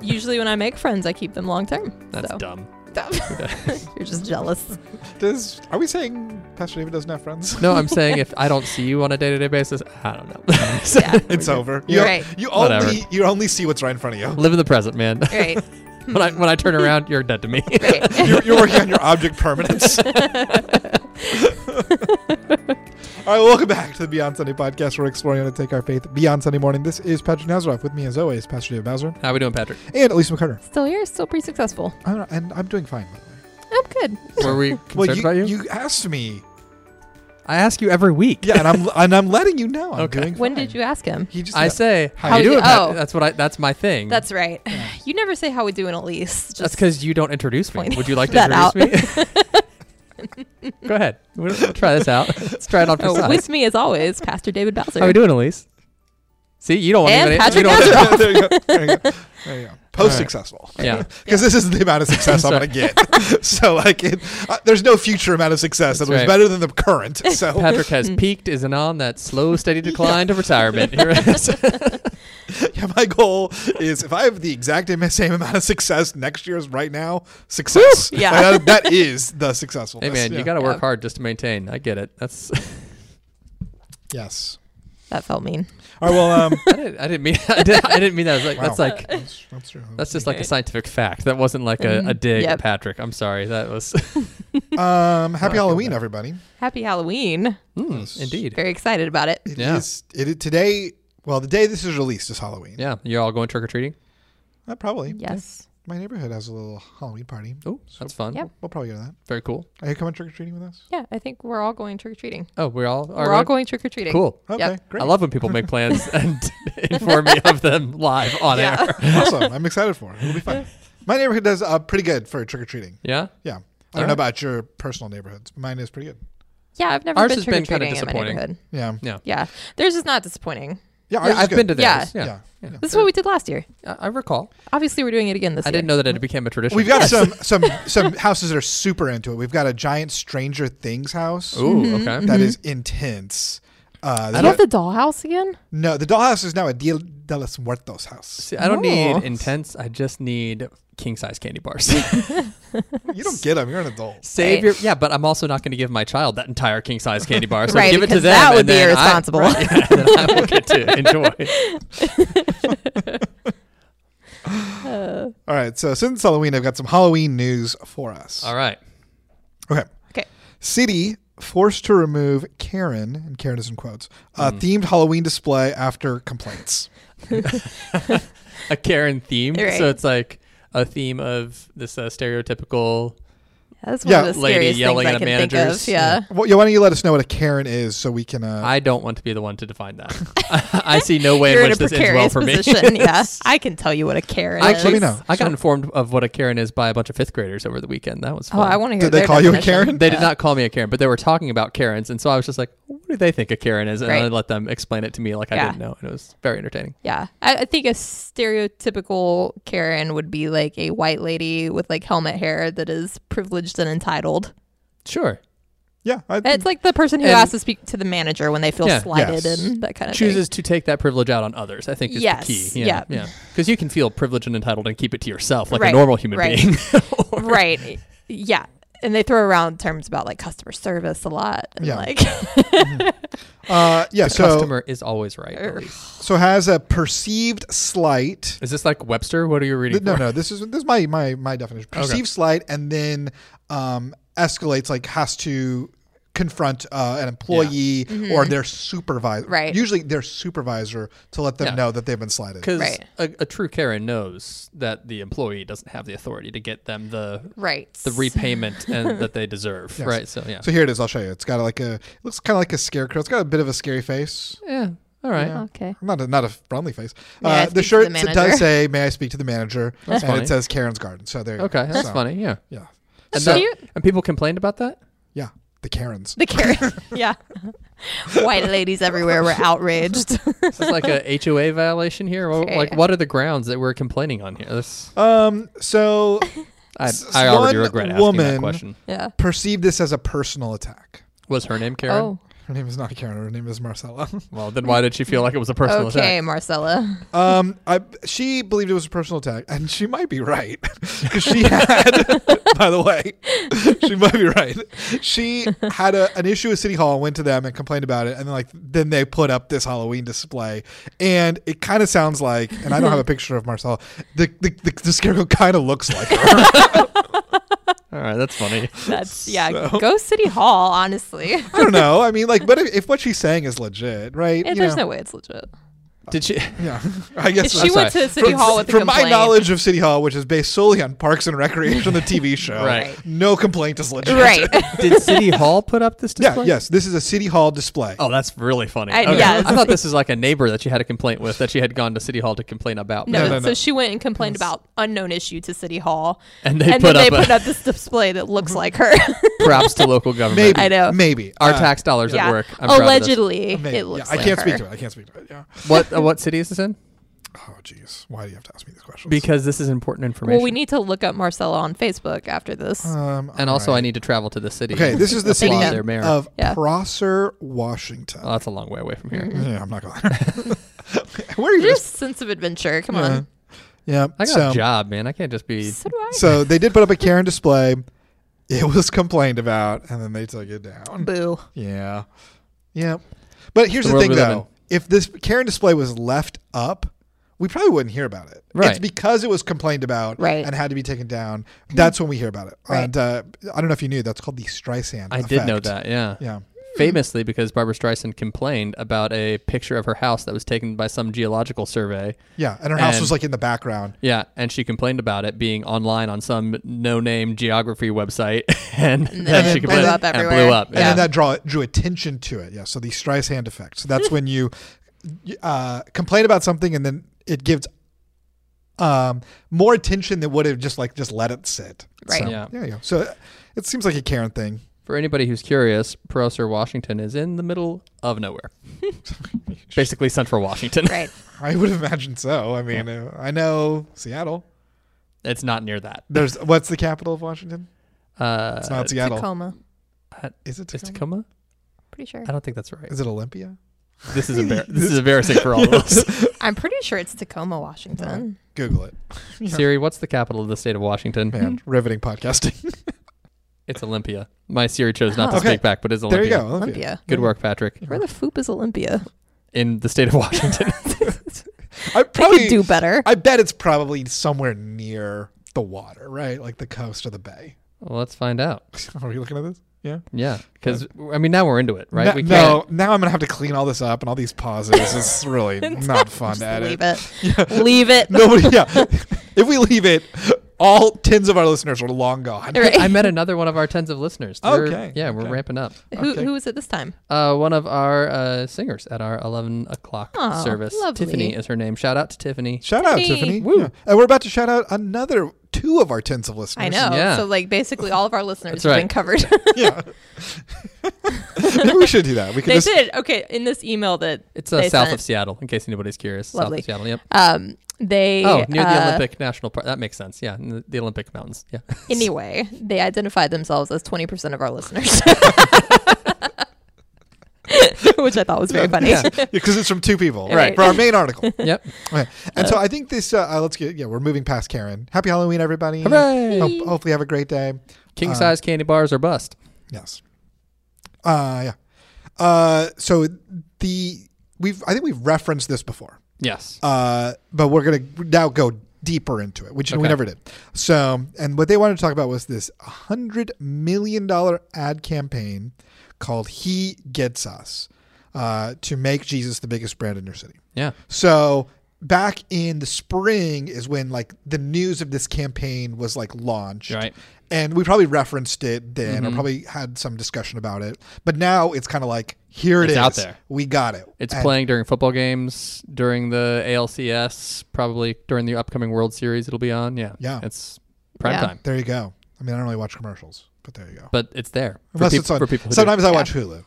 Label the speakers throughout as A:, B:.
A: usually when I make friends, I keep them long term.
B: That's
A: so.
B: dumb.
A: You're just jealous.
C: Does are we saying Pastor David doesn't have friends?
B: No, I'm saying if I don't see you on a day to day basis, I don't know. So,
A: Yeah.
C: It's over.
A: You're
C: You-
A: right.
C: You
B: Whatever.
C: only you only see what's right in front of you.
B: Live in the present, man.
A: Right.
B: when I when I turn around, you're dead to me.
A: Right.
C: You're, you're working on your object permanence. All right, welcome back to the Beyond Sunday podcast. We're exploring how to take our faith beyond Sunday morning. This is Patrick Nazaroff. With me, as always, Pastor David Bowser
B: How we doing, Patrick?
C: and Elise McCarter.
A: Still here, still pretty successful.
C: I don't know, and I'm doing fine. By the way.
A: I'm good.
B: Were we concerned about you?
C: you asked me.
B: I ask you every week.
C: Yeah, and I'm and I'm letting you know I'm
B: Okay.
C: doing.
A: When
C: fine.
A: did you ask him?
C: He just.
B: I say,
C: How
B: how,
A: you
B: you doing?
A: doing?
B: Pat?"
A: Oh.
B: That's what I. That's my thing.
A: That's right.
C: Yeah.
A: You never say how we doing at least.
B: Mm. that's
A: Just
B: because you don't introduce me.
A: point
B: Would you like to
A: that out.
B: introduce me? Go ahead. We'll try this out. Let's try it on for
A: Oh,
B: size.
A: with me as always, Pastor David Bowser.
B: How we doing, Elise? See, you don't want
A: And
B: me to.
A: Patrick
B: you don't
A: Nazareth.
C: there you go. There you go. There you go. Post successful.
B: Yeah.
C: Because this is the amount of success I'm
B: Sorry.
C: going to get. so, like, it, uh, there's no future amount of success
B: That's
C: that was
B: right.
C: better than the current. So,
B: Patrick has peaked, is and on that slow, steady decline to retirement. Here it is.
C: yeah, my goal is if I have the exact same amount of success next year as right now, success.
A: Yeah.
C: Like, that, that is the successful.
B: hey, man, you got to work hard just to maintain. I get it. That's.
C: Yes.
A: That felt mean.
C: All right. Well, um,
B: I didn't, I didn't mean. I didn't, I didn't mean that. I was like,
C: Wow.
B: that's like.
C: that's, that's true.
B: That's just like a scientific fact. That wasn't like a, a
A: Mm,
B: dig
A: yep.
B: at Patrick. I'm sorry. That was
C: Um, happy
B: feel
C: Halloween,
B: bad.
C: everybody.
A: Happy Halloween.
B: Mm, indeed.
A: Very excited about it.
C: It is
B: Yeah.
C: It, today, well, the day this is released is Halloween.
B: Yeah, you're all going trick or treating.
C: Uh, probably.
A: Yes.
C: My neighborhood has a little Halloween party.
B: Oh, that's fun.
A: Yep.
C: We'll probably go to that.
B: Very cool.
C: Are you coming trick or treating with us?
A: Yeah, I think we're all going trick or treating.
B: Oh, we're all are
A: We're all going trick or treating.
B: Cool.
C: Okay,
A: Yep.
C: great.
B: I love when people make plans and inform me of them live on
A: Yeah.
B: air.
C: awesome. I'm excited for it. It'll be fun. My neighborhood does uh, pretty good for trick or treating.
B: Yeah.
C: Yeah. I
B: All
C: don't know
B: right.
C: about your personal neighborhoods. but Mine is pretty good.
A: Yeah, I've never
B: Ours
A: been
B: has
A: trick or
B: been kinda
A: treating in my
B: disappointing.
A: neighborhood.
C: Yeah.
B: Yeah.
A: Yeah, theirs is not disappointing.
C: Yeah.
B: Yeah, I've been to
A: good. Yeah.
B: theirs. Yeah.
C: Yeah.
B: Yeah.
A: This is what we did last year.
B: I I recall.
A: Obviously, we're doing it again this
B: I
A: year.
B: didn't know that it became a tradition.
C: We've got some some some houses that are super into it. We've got a giant Stranger Things house
B: Ooh,
A: Mm-hmm,
B: Mm-hmm. okay.
C: that is intense. Uh,
A: I
C: the-
A: love the dollhouse again.
C: no, the dollhouse is now a Dia de los Muertos house.
B: See, I don't
A: No.
B: need intense. I just need king size candy bars.
C: You don't get them. You're an adult.
B: Save
A: Right.
B: your yeah, but I'm also not going to give my child that entire king size candy bar. So
A: Right,
B: give it to
A: because
B: them.
A: that would
B: and
A: be
B: then I-
A: irresponsible.
B: right, yeah, then I will get to enjoy.
C: All right. So since Halloween, I've got some Halloween news for us.
B: All right.
C: Okay.
A: Okay.
C: City forced to remove Karen, and Karen is in quotes, a
B: Mm.
C: themed Halloween display after complaints.
B: a Karen theme.
A: Right.
B: So it's like a theme of this uh, stereotypical.
A: That's one
C: Yeah,
A: of the
B: lady
A: scariest things
B: yelling
A: I
B: at a
A: can think
B: manager's.
A: of. Yeah.
C: Well, yeah, why don't you let us know what a Karen is so we can. Uh,
B: I don't want to be the one to define that. I see no way
A: You're
B: in
A: in a
B: which this ends well
A: precarious
B: for me.
A: position. yeah, I can tell you what a Karen
B: I
A: is.
B: actually-
C: Let me know.
B: I got informed of what a Karen is by a bunch of fifth graders over the weekend. That was fun.
A: Oh, I want to hear.
C: Did they
A: their
C: call you a
A: definition.
C: Karen?
B: They did not call me a Karen, but they were talking about Karens, and so I was just like, "What do they think a Karen is?" And I
A: Right.
B: let them explain it to me like I
A: Yeah.
B: didn't know, and it was very entertaining.
A: Yeah, I, I think a stereotypical Karen would be like a white lady with like helmet hair that is privileged and entitled.
B: Sure,
C: yeah, I
A: It's like the person who
B: And-
A: has to speak to the manager when they feel
B: Yeah.
A: slighted
C: Yes.
A: and that kind of
B: chooses to take that privilege out on others. I think is
A: Yes,
B: the key.
A: yeah.
B: yeah, because you can feel privileged and entitled and keep it to yourself like
A: Right,
B: a normal human
A: right.
B: being.
A: thing. Right. Yeah. And they throw around terms about like customer service a lot. And
C: Yeah.
A: Like,
C: uh, yeah.
B: the
C: So
B: customer is always right.
A: Er.
B: Elise.
C: so has a perceived slight.
B: Is this like Webster? What are you reading?
C: no,
B: for?
C: no. This is this is my my my definition.
B: Okay.
C: Perceived slight, and then um, escalates like has to confront uh, an employee or their supervisor.
A: Mm-hmm. Right.
C: Usually their supervisor to let them
B: Yeah.
C: know that they've been slighted.
B: Because
A: Right.
B: a, a true Karen knows that the employee doesn't have the authority to get them the
A: right.
B: the repayment and that they deserve. Right. So yeah.
C: So here it is. I'll show you. It's got like a. It looks kind of like a scarecrow. It's got a bit of a scary face.
B: yeah. All right.
A: Okay.
C: Not a, not a friendly face.
A: Oh. May I
C: Uh,
A: speak to
C: the shirt
A: the
C: s-
A: manager?
C: does say, "May I speak to the manager?"
B: That's
C: and
B: funny.
C: it says Karen's Garden. So there. you go.
B: Okay. That's
C: So,
B: funny. Yeah.
C: Yeah,
B: And,
A: So-
B: that-
A: Cute.
B: and people complained about that.
C: yeah. The Karens.
A: The Karen. yeah. White ladies everywhere were outraged.
B: Is this like a HOA violation here? Or,
A: Okay.
B: Like, what are the grounds that we're complaining on here? This,
C: Um. So
B: I,
C: S-
B: I already
C: one
B: regret asking
C: woman-
B: that question.
A: yeah.
C: perceive this as a personal attack.
B: Was her name Karen?
A: Oh.
C: Her name is not Karen. Her name is Marcella.
B: Well, then why did she feel like it was a personal
A: okay,
B: attack?
A: Marcella.
C: Um, I she believed it was a personal attack, and she might be right because she had. by the way, she might be right. She had a, an issue with City Hall, went to them and complained about it, and then like then they put up this Halloween display, and it kind of sounds like, and I don't have a picture of Marcella. The the, the, the scarecrow kind of looks like her.
B: All right, that's funny.
A: That's yeah. Go City Hall, honestly.
C: I don't know. I mean, like, but if, if what she's saying is legit, right?
A: Eh,
C: you
A: There's
C: know.
A: no way it's legit.
B: Did she?
C: Yeah, I guess
A: If
C: that's-
A: she went
B: sorry.
A: to City Hall with a
C: from my
A: complaint-
C: knowledge of City Hall, which is based solely on Parks and Recreation, the TV show,
B: Right.
C: no complaint is legit.
A: right?
B: Did City Hall put up this
C: Yeah,
B: display?
C: yes, this is a City Hall display.
B: Oh, that's really funny.
A: I-
B: Okay.
A: yeah.
B: I thought this is like a neighbor that she had a complaint with that she had gone to City Hall to complain about.
A: No,
C: No, no, no.
A: so she went and complained about unknown issue to City Hall,
B: And they
A: and
B: put
A: then
B: up
A: they
B: a-
A: put up this display that looks like her.
B: Props to local government.
C: Maybe
A: I know.
C: Maybe
B: Our
C: Uh,
B: tax dollars
A: yeah,
B: at work. I'm proud of this.
A: allegedly,
C: maybe.
A: it looks.
C: Yeah, I
A: like
C: can't
A: her.
C: speak to it. I can't speak to it. Yeah.
B: What uh, what city is this in?
C: Oh, jeez. Why do you have to ask me these questions?
B: Because this is important information.
A: Well, we need to look up Marcella on Facebook after this.
C: Um,
B: And also, I need to travel to the city.
C: Okay, this is the
B: Applaud
C: city
B: their mayor.
C: of
A: Yeah.
C: Prosser, Washington.
B: Oh, that's a long way away from
A: Mm-hmm.
B: here.
C: yeah, I'm not going. Where are you?
A: Your
C: Just,
A: sense of adventure. Come
C: yeah.
A: on.
C: yeah.
B: I got
C: so,
B: a job, man. I can't just be.
A: So do I.
C: so they did put up a Karen display. It was complained about, and then they took it down.
A: Boo.
C: Yeah. Yeah. But here's
B: The
C: the,
B: world
C: thing
B: we live
C: though. If this Karen display was left up, we probably wouldn't hear about it. It's
B: Right. Mm-hmm.
C: because it was complained about
A: Right.
C: and had to be taken down. That's when we hear about it.
A: Right.
C: And uh, I don't know if you knew that's called the Streisand.
B: I did know
C: effect.
B: that, yeah.
C: Yeah.
B: Famously, because Barbara Streisand complained about a picture of her house that was taken by some geological survey.
C: Yeah. And her house
B: And-
C: was like in the background.
B: Yeah, and she complained about it being online on some no-name geography website, and, then
A: it
B: she
A: blew
B: complained
A: up
B: and
A: everywhere.
B: blew up.
C: And
B: yeah.
C: then that draw drew attention to it. Yeah. So the Streisand effect. So that's when you uh, complain about something and then it gives um, more attention than would have just like just let it sit.
A: Right.
C: So,
B: Yeah.
C: There you go. So it seems like a Karen thing.
B: For anybody who's curious, Prosser, Washington is in the middle of nowhere, basically central Washington.
A: Right.
C: I would imagine so. I mean, uh, I know Seattle.
B: It's not near that.
C: There's what's the capital of Washington?
B: Uh,
C: It's not Seattle.
A: Tacoma.
C: Is it
B: Is
C: Tacoma?
B: Tacoma?
A: Pretty sure.
B: I don't think that's right.
C: Is it Olympia?
B: This is embar- this is embarrassing for all of us.
A: I'm pretty sure it's Tacoma, Washington.
C: Google it. Yeah.
B: Siri, what's the capital of the state of Washington?
C: Man, riveting podcasting.
B: It's Olympia. My Siri chose not to
C: Okay.
B: speak back, but it's
C: there
B: Olympia.
C: you go. Olympia.
A: Olympia.
B: Good work, Patrick.
A: Where the foop is Olympia?
B: In the state of Washington.
C: I
A: They could
C: probably
A: do better.
C: I bet it's probably somewhere near the water, right? Like the coast or the bay.
B: well, let's find out.
C: Are we looking at this? Yeah.
B: Yeah, because I mean now we're into it, right?
C: No, no, now I'm gonna have to clean all this up and all these pauses. It's really not fun
A: Just
C: to edit.
A: leave it. Leave it.
C: Nobody. Yeah. if we leave it, all tens of our listeners are long gone.
A: Right.
B: I met another one of our tens of listeners. We're-
C: Okay,
B: yeah, we're
C: okay.
B: ramping up.
A: Who
C: Okay.
A: who is it this time?
B: Uh, one of our uh, singers at our eleven o'clock
A: Aw,
B: service.
A: lovely.
B: Tiffany is her name. Shout out to Tiffany.
C: Shout out,
A: Tiffany.
C: Tiffany.
B: Woo.
C: Yeah. And we're about to shout out another two of our tens of listeners.
A: I know.
B: Yeah.
A: So like basically all of our listeners
B: That's
A: have
B: right.
A: been covered.
C: Yeah. Maybe we should do that. We could
A: they
C: just
A: did. Okay, in this email that
B: It's uh,
A: they
B: south
A: sent,
B: of Seattle, in case anybody's curious. South
A: Lovely.
B: of Seattle. Yep.
A: um they
B: Oh, near the
A: uh,
B: Olympic National Park. That makes sense. Yeah, in the, the Olympic Mountains. Yeah.
A: Anyway, they identified themselves as 20% of our listeners. Which I thought was very funny.
B: Yeah.
C: because it's from two people,
A: Right.
C: For our main article.
B: yep.
C: Okay. And so I think this. Uh, uh, let's get. Yeah, we're moving past Karen. Happy Halloween, everybody.
B: Hooray!
C: Hope, hopefully, have a great day.
B: King
C: Uh,
B: size candy bars are bust.
C: Yes. Uh, yeah. Uh, so the we've I think we've referenced this before.
B: Yes.
C: uh, but we're gonna now go deeper into it, which we
B: Okay.
C: never did. So, and what they wanted to talk about was this hundred million dollar ad campaign called "He Gets Us" uh, to make Jesus the biggest brand in your city.
B: Yeah.
C: So back in the spring is when like the news of this campaign was like launched.
B: Right. Mm-hmm.
C: And we probably referenced it then or probably had some discussion about it. But now it's kind of like here
B: It's
C: is.
B: out there.
C: We got it.
B: It's
C: And-
B: playing during football games, during the ALCS, probably during the upcoming World Series. It'll be on. Yeah.
C: Yeah.
B: It's prime
A: Yeah.
B: time,
C: There you go. I mean, I don't really watch commercials, but there you go.
B: but it's there for,
C: Unless
B: peop-
C: it's on.
B: for people. Who do.
C: sometimes I watch Hulu,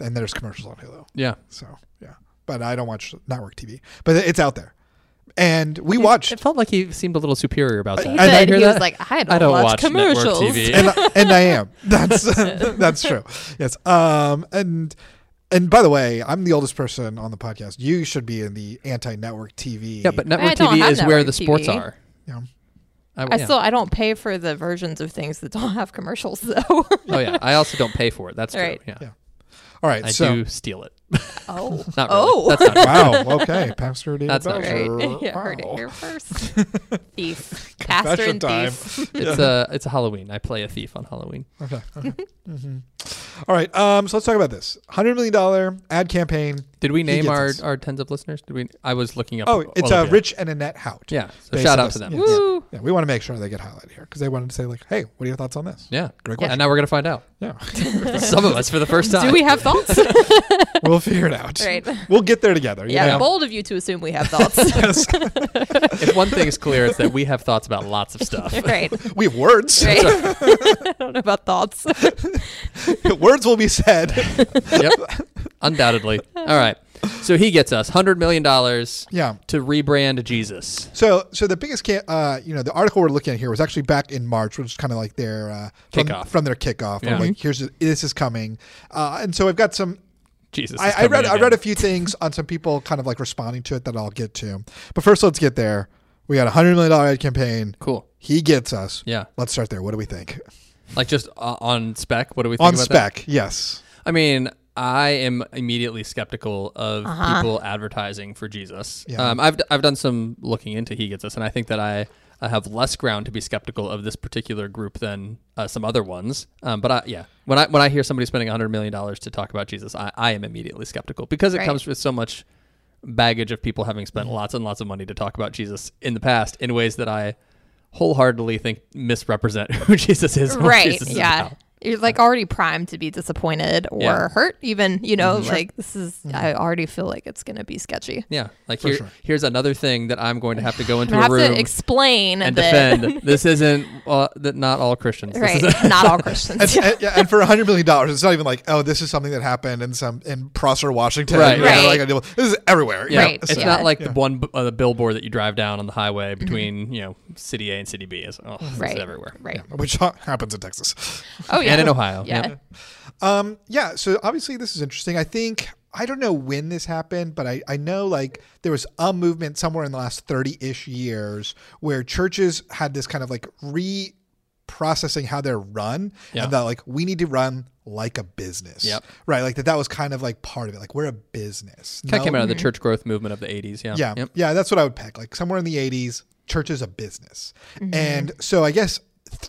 C: and there's commercials on Hulu.
B: Yeah.
C: So yeah, but I don't watch network TV. But it's out there, and we watched.
B: It felt like he seemed a little superior about that.
A: He,
C: I
A: said,
C: hear
A: he was
C: that.
A: like, I don't,
B: I don't
A: watch,
B: watch network
A: commercials.
B: TV.
C: and, I, and I am. That's that's true. Yes. Um. And And by the way, I'm the oldest person on the podcast. You should be in the anti-network TV.
B: Yeah, but
A: I
B: network
A: don't
B: TV
A: have
B: is where
A: network
B: the sports
A: TV.
B: are.
C: Yeah.
A: I
B: Oh, yeah.
A: still I don't pay for the versions of things that don't have commercials though.
B: Oh yeah, I also don't pay for it. That's true.
A: Right.
B: Yeah.
C: Yeah. all right.
B: I
C: so
B: do steal it.
A: oh,
B: Not really.
A: oh,
B: That's not
C: wow. Okay, Pastor David
B: That's not
C: Belcher.
A: right. Yeah, heard it
C: Wow.
A: here first. thief, pastor,
C: Confession
A: and thief.
B: it's a it's a Halloween. I play a thief on Halloween.
C: Okay. okay. Mhm. All right. Um, so let's talk about this hundred million dollar ad campaign.
B: Did we
C: He
B: name
C: gets
B: our,
A: Oh,
C: us.
B: our tens of listeners? Did we? I was looking up.
C: Oh, it's
B: all
C: uh,
B: of you.
C: Rich and Annette Hout.
B: Yeah. So
C: Based
B: shout
C: on
B: out to
C: this.
B: them.
C: Yeah.
A: Woo.
C: Yeah, we want to make sure they get highlighted here because they wanted to say like, "Hey, what are your thoughts on this?"
B: Yeah.
C: Great
B: And now we're gonna find out.
C: Yeah,
B: Some of us for the first time.
A: Do we have thoughts?
C: we'll figure it out.
A: Right.
C: We'll get there together. you
A: yeah,
C: know?
A: bold of you to assume we have thoughts.
C: Yes.
B: if one thing's clear, it's that we have thoughts about lots of stuff.
A: right.
C: we have words.
A: Right. I don't know about thoughts.
C: words will be said.
B: yep. Undoubtedly. All right. So he gets us hundred million dollars
C: Yeah.
B: to rebrand Jesus.
C: So, so the biggest, ca- uh, you know, the article we're looking at here was actually back in March, which is kind of like their uh, from,
B: Kickoff.
C: from their kickoff.
B: Yeah.
C: From like, here's this is coming, uh, and so I've got some.
B: Jesus. is
C: I, I
B: coming
C: read I
B: again.
C: read a few things on some people kind of like responding to it that I'll get to, but first let's get there. We got a hundred million dollar ad campaign.
B: Cool.
C: He gets us.
B: Yeah.
C: Let's start there. What do we think?
B: Like just uh, on spec. What do we think
C: On
B: about that?
C: spec, yes.
B: I mean, I am immediately skeptical of
A: Uh-huh.
B: people advertising for Jesus.
C: Yeah.
B: Um, I've, I've done some looking into He Gets Us, and I think that I, I have less ground to be skeptical of this particular group than uh, some other ones. Um, but I, yeah, when I when I hear somebody spending $100 million to talk about Jesus, I, I am immediately skeptical because it
A: Right.
B: comes with so much baggage of people having spent lots and lots of money to talk about Jesus in the past in ways that I wholeheartedly think misrepresent who Jesus is. and what
A: right.
B: Jesus is
A: Yeah.
B: about.
A: You're like already primed to be disappointed or
B: Yeah. Mm-hmm.
A: hurt, even, you know, like this is, I already feel like it's going to be sketchy.
B: Yeah, like here,
C: sure.
B: here's another thing that I'm going to have to go
A: I
B: into a
A: have
B: room
A: to explain
B: and
A: that,
B: defend. this isn't uh, that not all Christians. This
A: right,
B: isn't-
A: not all Christians.
C: And, and, yeah, and for a hundred million dollars, it's not even like, oh, this is something that happened in some in Prosser, Washington.
B: Right.
C: You know,
A: Right.
C: like I deal with- this is everywhere. you
B: yeah,
C: know,
A: Right,
B: it's
C: so-
B: not like
C: Yeah.
B: the one b- uh, the billboard that you drive down on the highway between you know city A and city B is oh, it's
A: Mm-hmm. right.
B: everywhere.
A: Right.
C: which ha- happens in Texas.
A: Oh, yeah.
B: And in Ohio,
A: Yeah.
B: yep.
C: Um, yeah. So obviously, this is interesting. I think I don't know when this happened, but I I know like there was a movement somewhere in the last thirty-ish years where churches had this kind of like re processing how they're run
B: Yeah.
C: and that like we need to run like a business
B: Yep.
C: right like that that was kind of like part of it like we're a business
B: Kind of
C: No-
B: came out
A: Mm-hmm.
B: of the church growth movement of the 80s. Yeah,
C: Yeah.
B: Yep.
C: Yeah, that's what I would peg. Like somewhere in the 80s, church is a business. And so I guess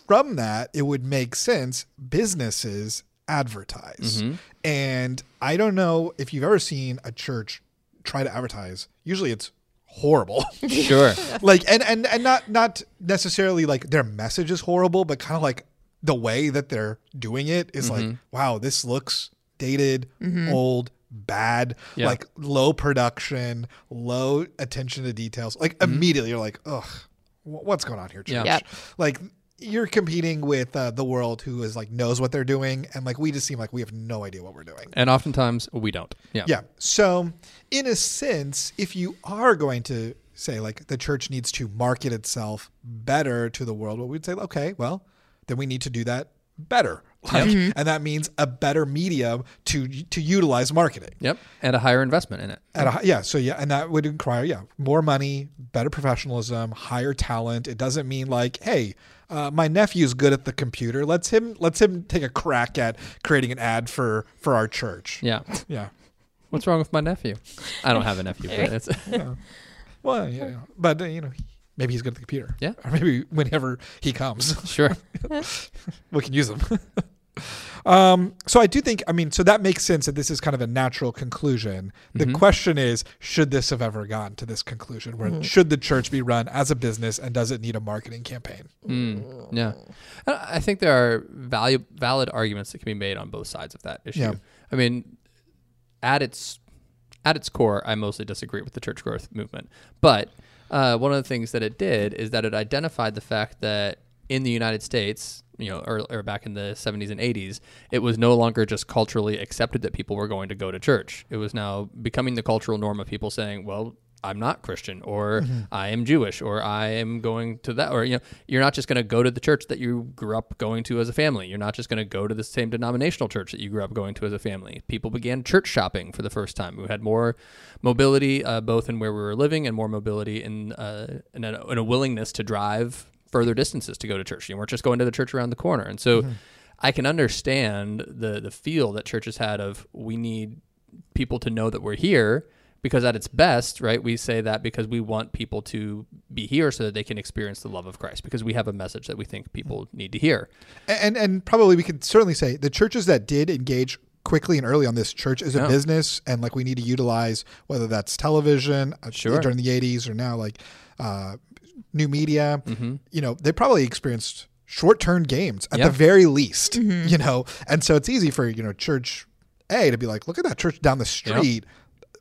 C: from that, it would make sense businesses advertise. And I don't know if you've ever seen a church try to advertise. Usually it's horrible.
B: sure.
C: like and and and not not necessarily like their message is horrible, but kind of like the way that they're doing it is like,
B: Mm-hmm.
C: wow, this looks dated, old, bad,
B: Yeah.
C: like low production, low attention to details. Like immediately you're like, ugh, wh- what's going on here, church?
B: Mm-hmm. Yeah.
A: Yep.
C: Like you're competing with uh, the world who is like knows what they're doing, and like we just seem like we have no idea what we're doing.
B: And oftentimes we don't. Yeah.
C: Yeah. So, in a sense, if you are going to say like the church needs to market itself better to the world, well, we'd say, okay, well, then we need to do that better, like, and that means a better medium to to utilize marketing.
B: Yep. And a higher investment in it.
C: At a, hi- yeah, so yeah, and that would require yeah more money, better professionalism, higher talent. It doesn't mean like, hey, uh, my nephew's good at the computer. Let's him let's him take a crack at creating an ad for for our church.
B: Yeah.
C: yeah.
B: What's wrong with my nephew? I don't have a nephew. But it's,
C: Well, yeah, but uh, you know, maybe he's good at the computer.
B: Yeah.
C: or maybe whenever he comes,
B: sure.
C: we can use him. um, so I do think, I mean, so that makes sense that this is kind of a natural conclusion. The question is, should this have ever gotten to this conclusion? Where should the church be run as a business, and does it need a marketing campaign?
B: Mm, yeah, And I I think there are value, valid arguments that can be made on both sides of that issue.
C: Yeah.
B: I mean, at its at its core, I mostly disagree with the church growth movement. But uh, one of the things that it did is that it identified the fact that in the United States, you know, or, or back in the 70s and 80s, it was no longer just culturally accepted that people were going to go to church. It was now becoming the cultural norm of people saying, "Well, I'm not Christian or I am Jewish or I am going to that or you know you're not just going to go to the church that you grew up going to as a family. You're not just going to go to the same denominational church that you grew up going to as a family. People began church shopping for the first time. We had more mobility uh, both in where we were living and more mobility in uh, in, a, in a willingness to drive further distances to go to church. You weren't just going to the church around the corner. And so I can understand the the feel that churches had of we need people to know that we're here because at its best, right, we say that because we want people to be here so that they can experience the love of Christ because we have a message that we think people need to hear.
C: And and probably we could certainly say the churches that did engage quickly and early on this church is a
B: Yeah.
C: business and like we need to utilize whether that's television uh,
B: Sure.
C: during the 80s or now like uh, new media you know they probably experienced short-term gains at
B: Mm-hmm. Yeah.
C: the very least you know and so it's easy for you know church a to be like look at that church down the street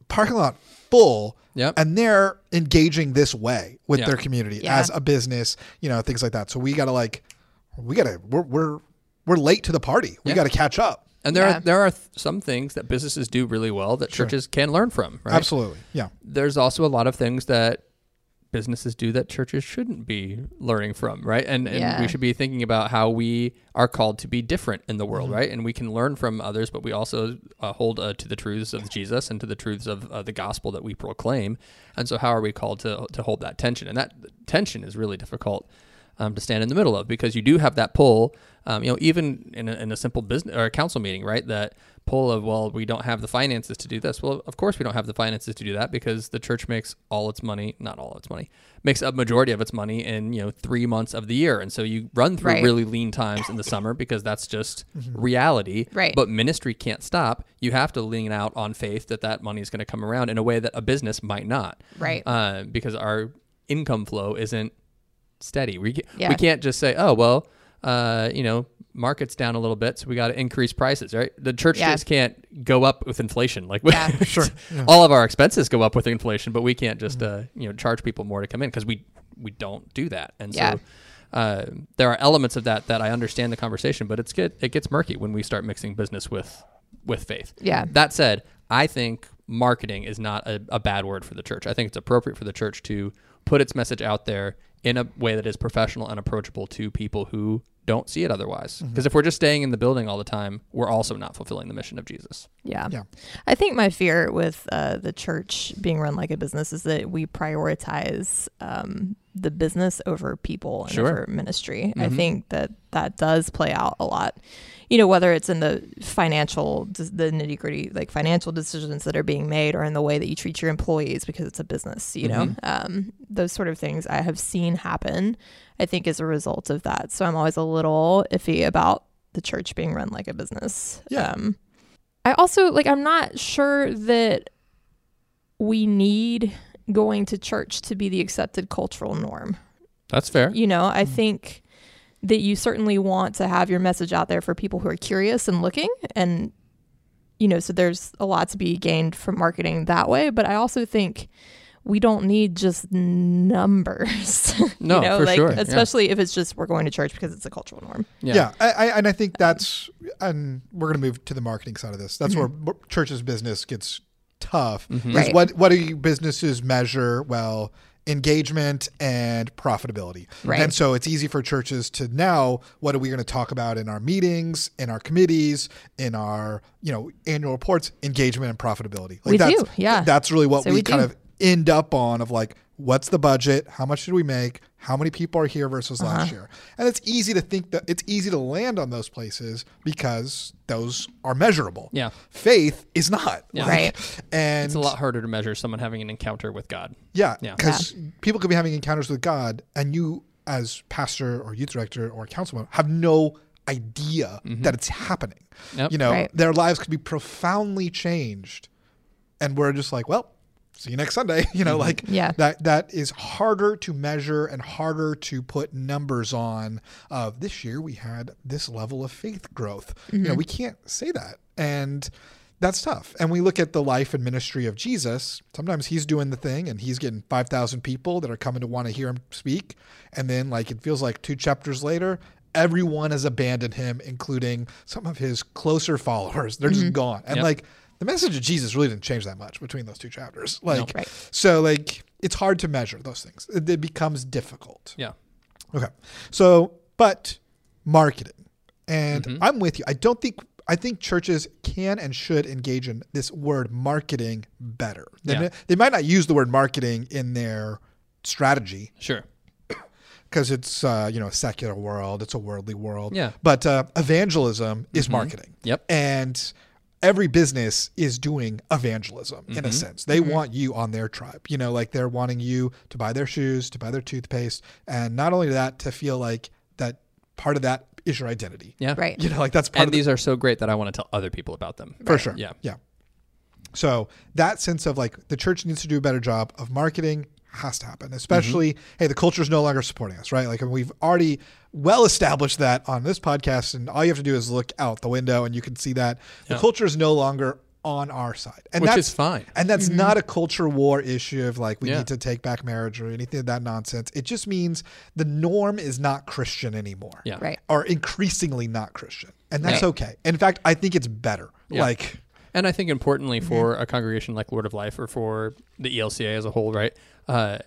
C: parking lot full
B: Yep.
C: and they're engaging this way with
B: Yeah.
C: their community
A: Yeah.
C: as a business you know things like that so we gotta like we gotta we're we're, we're late to the party we
B: Yeah.
C: gotta catch up
B: And there
A: Yeah.
B: are there are th- some things that businesses do really well that churches can learn from, right?
C: Absolutely. Yeah.
B: there's also a lot of things that businesses do that churches shouldn't be learning from, right? And and
A: Yeah.
B: we should be thinking about how we are called to be different in the world, right? And we can learn from others, but we also uh, hold uh, to the truths of Jesus and to the truths of uh, the gospel that we proclaim. And so, how are we called to to hold that tension? And that tension is really difficult. Um, to stand in the middle of because you do have that pull, um, you know, even in a, in a simple business or a council meeting, right? That pull of well we don't have the finances to do this well of course we don't have the finances to do that because the church makes all its money not all its money makes a majority of its money in you know three months of the year and so you run through
A: Right.
B: really lean times in the summer because that's just reality
A: Right.
B: but ministry can't stop you have to lean out on faith that that money is going to come around in a way that a business might not
A: Right.
B: uh, because our income flow isn't steady. We ca-
A: Yeah.
B: we can't just say, oh well, uh, you know, market's down a little bit, so we got to increase prices, right? The church
A: Yeah.
B: just can't go up with inflation. Like,
A: Yeah.
C: Sure.
B: all of our expenses go up with inflation, but we can't just
A: Mm.
B: uh, you know charge people more to come in because we we don't do that, and
A: Yeah.
B: so. Uh, there are elements of that that I understand the conversation, but it's get it gets murky when we start mixing business with with faith.
A: Yeah.
B: That said, I think marketing is not a, a bad word for the church. I think it's appropriate for the church to put its message out there in a way that is professional and approachable to people who don't see it otherwise.
A: Mm-hmm.
B: Because if we're just staying in the building all the time, we're also not fulfilling the mission of Jesus.
A: Yeah.
C: Yeah.
A: I think my fear with uh, the church being run like a business is that we prioritize um, the business over people and
B: Sure.
A: over ministry. I think that that does play out a lot. You know, whether it's in the financial, the nitty gritty, like financial decisions that are being made, or in the way that you treat your employees because it's a business, you know, um, those sort of things I have seen happen, I think, as a result of that. So I'm always a little iffy about the church being run like a business.
C: Yeah.
A: Um, I also like I'm not sure that we need going to church to be the accepted cultural norm.
B: That's fair.
A: You know,
B: Mm.
A: I think that you certainly want to have your message out there for people who are curious and looking and you know, so there's a lot to be gained from marketing that way, but I also think we don't need just numbers.
B: No,
A: you know,
B: for
A: like
B: sure, yeah.
A: especially if it's just we're going to church because it's a cultural norm.
C: Yeah. I, I, and I think that's, and we're going to move to the marketing side of this. That's where b- church's business gets tough. Is
A: Right.
C: what what do you businesses measure? Well, engagement and profitability.
A: Right.
C: And so it's easy for churches to now what are we going to talk about in our meetings, in our committees, in our you know annual reports? Engagement and profitability. Like
A: We do, yeah.
C: That's really what
A: So
C: we,
A: we
C: kind
A: do.
C: of end up on of like what's the budget how much did we make how many people are here versus last
B: Uh-huh.
C: year and it's easy to think that it's easy to land on those places because those are measurable
B: Yeah.
C: faith is not
B: Yeah.
A: Right.
C: and
B: It's a lot harder to measure someone having an encounter with God.
C: yeah
B: Yeah.
C: because people could be having encounters with god and you as pastor or youth director or councilman have no idea that it's happening
B: Mm-hmm. Yep.
C: you know
A: Right.
C: their lives could be profoundly changed and we're just like well see you next sunday you know like
A: Yeah.
C: that that is harder to measure and harder to put numbers on of this year we had this level of faith growth you know we can't say that and that's tough and we look at the life and ministry of jesus sometimes he's doing the thing and he's getting 5000 people that are coming to want to hear him speak and then like it feels like two chapters later everyone has abandoned him including some of his closer followers they're just gone and
B: Yep.
C: like the message of Jesus really didn't change that much between those two chapters. Like,
A: Right.
C: so like it's hard to measure those things. It, it becomes difficult.
B: Yeah.
C: Okay. So, but marketing, and
B: Mhm.
C: I'm with you. I don't think I think churches can and should engage in this word marketing better. They,
B: Yeah.
C: they might not use the word marketing in their strategy
B: Sure.
C: because it's uh, you know a secular world, it's a worldly world.
B: Yeah. Mm-hmm.
C: But uh, evangelism is marketing.
B: Yep.
C: And every business is doing evangelism in
B: Mm-hmm.
C: a sense. They want you on their tribe. You know, like they're wanting you to buy their shoes, to buy their toothpaste, and not only that, to feel like that part of that is your identity.
B: Yeah.
A: Right.
C: You know, like that's part
B: And
C: of the,
B: these are so great that I want to tell other people about them.
C: for sure.
B: Yeah.
C: Yeah. So that sense of like the church needs to do a better job of marketing has to happen, especially
B: Mm-hmm.
C: hey, the culture is no longer supporting us, right? Like and we've already well established that on this podcast, and all you have to do is look out the window and you can see that the
B: Yeah.
C: culture is no longer on our side, and
B: Which
C: that's
B: is fine. Mm-hmm.
C: and that's not a culture war issue of like we
B: Yeah.
C: need to take back marriage or anything of that nonsense. It just means the norm is not Christian anymore,
B: Yeah.
A: Right.
C: Or increasingly not Christian, and that's
B: Yeah.
C: okay. In fact, I think it's better.
B: Yeah.
C: Like.
B: And I think importantly for a congregation like Lord of Life or for the ELCA as a whole, right? Uh,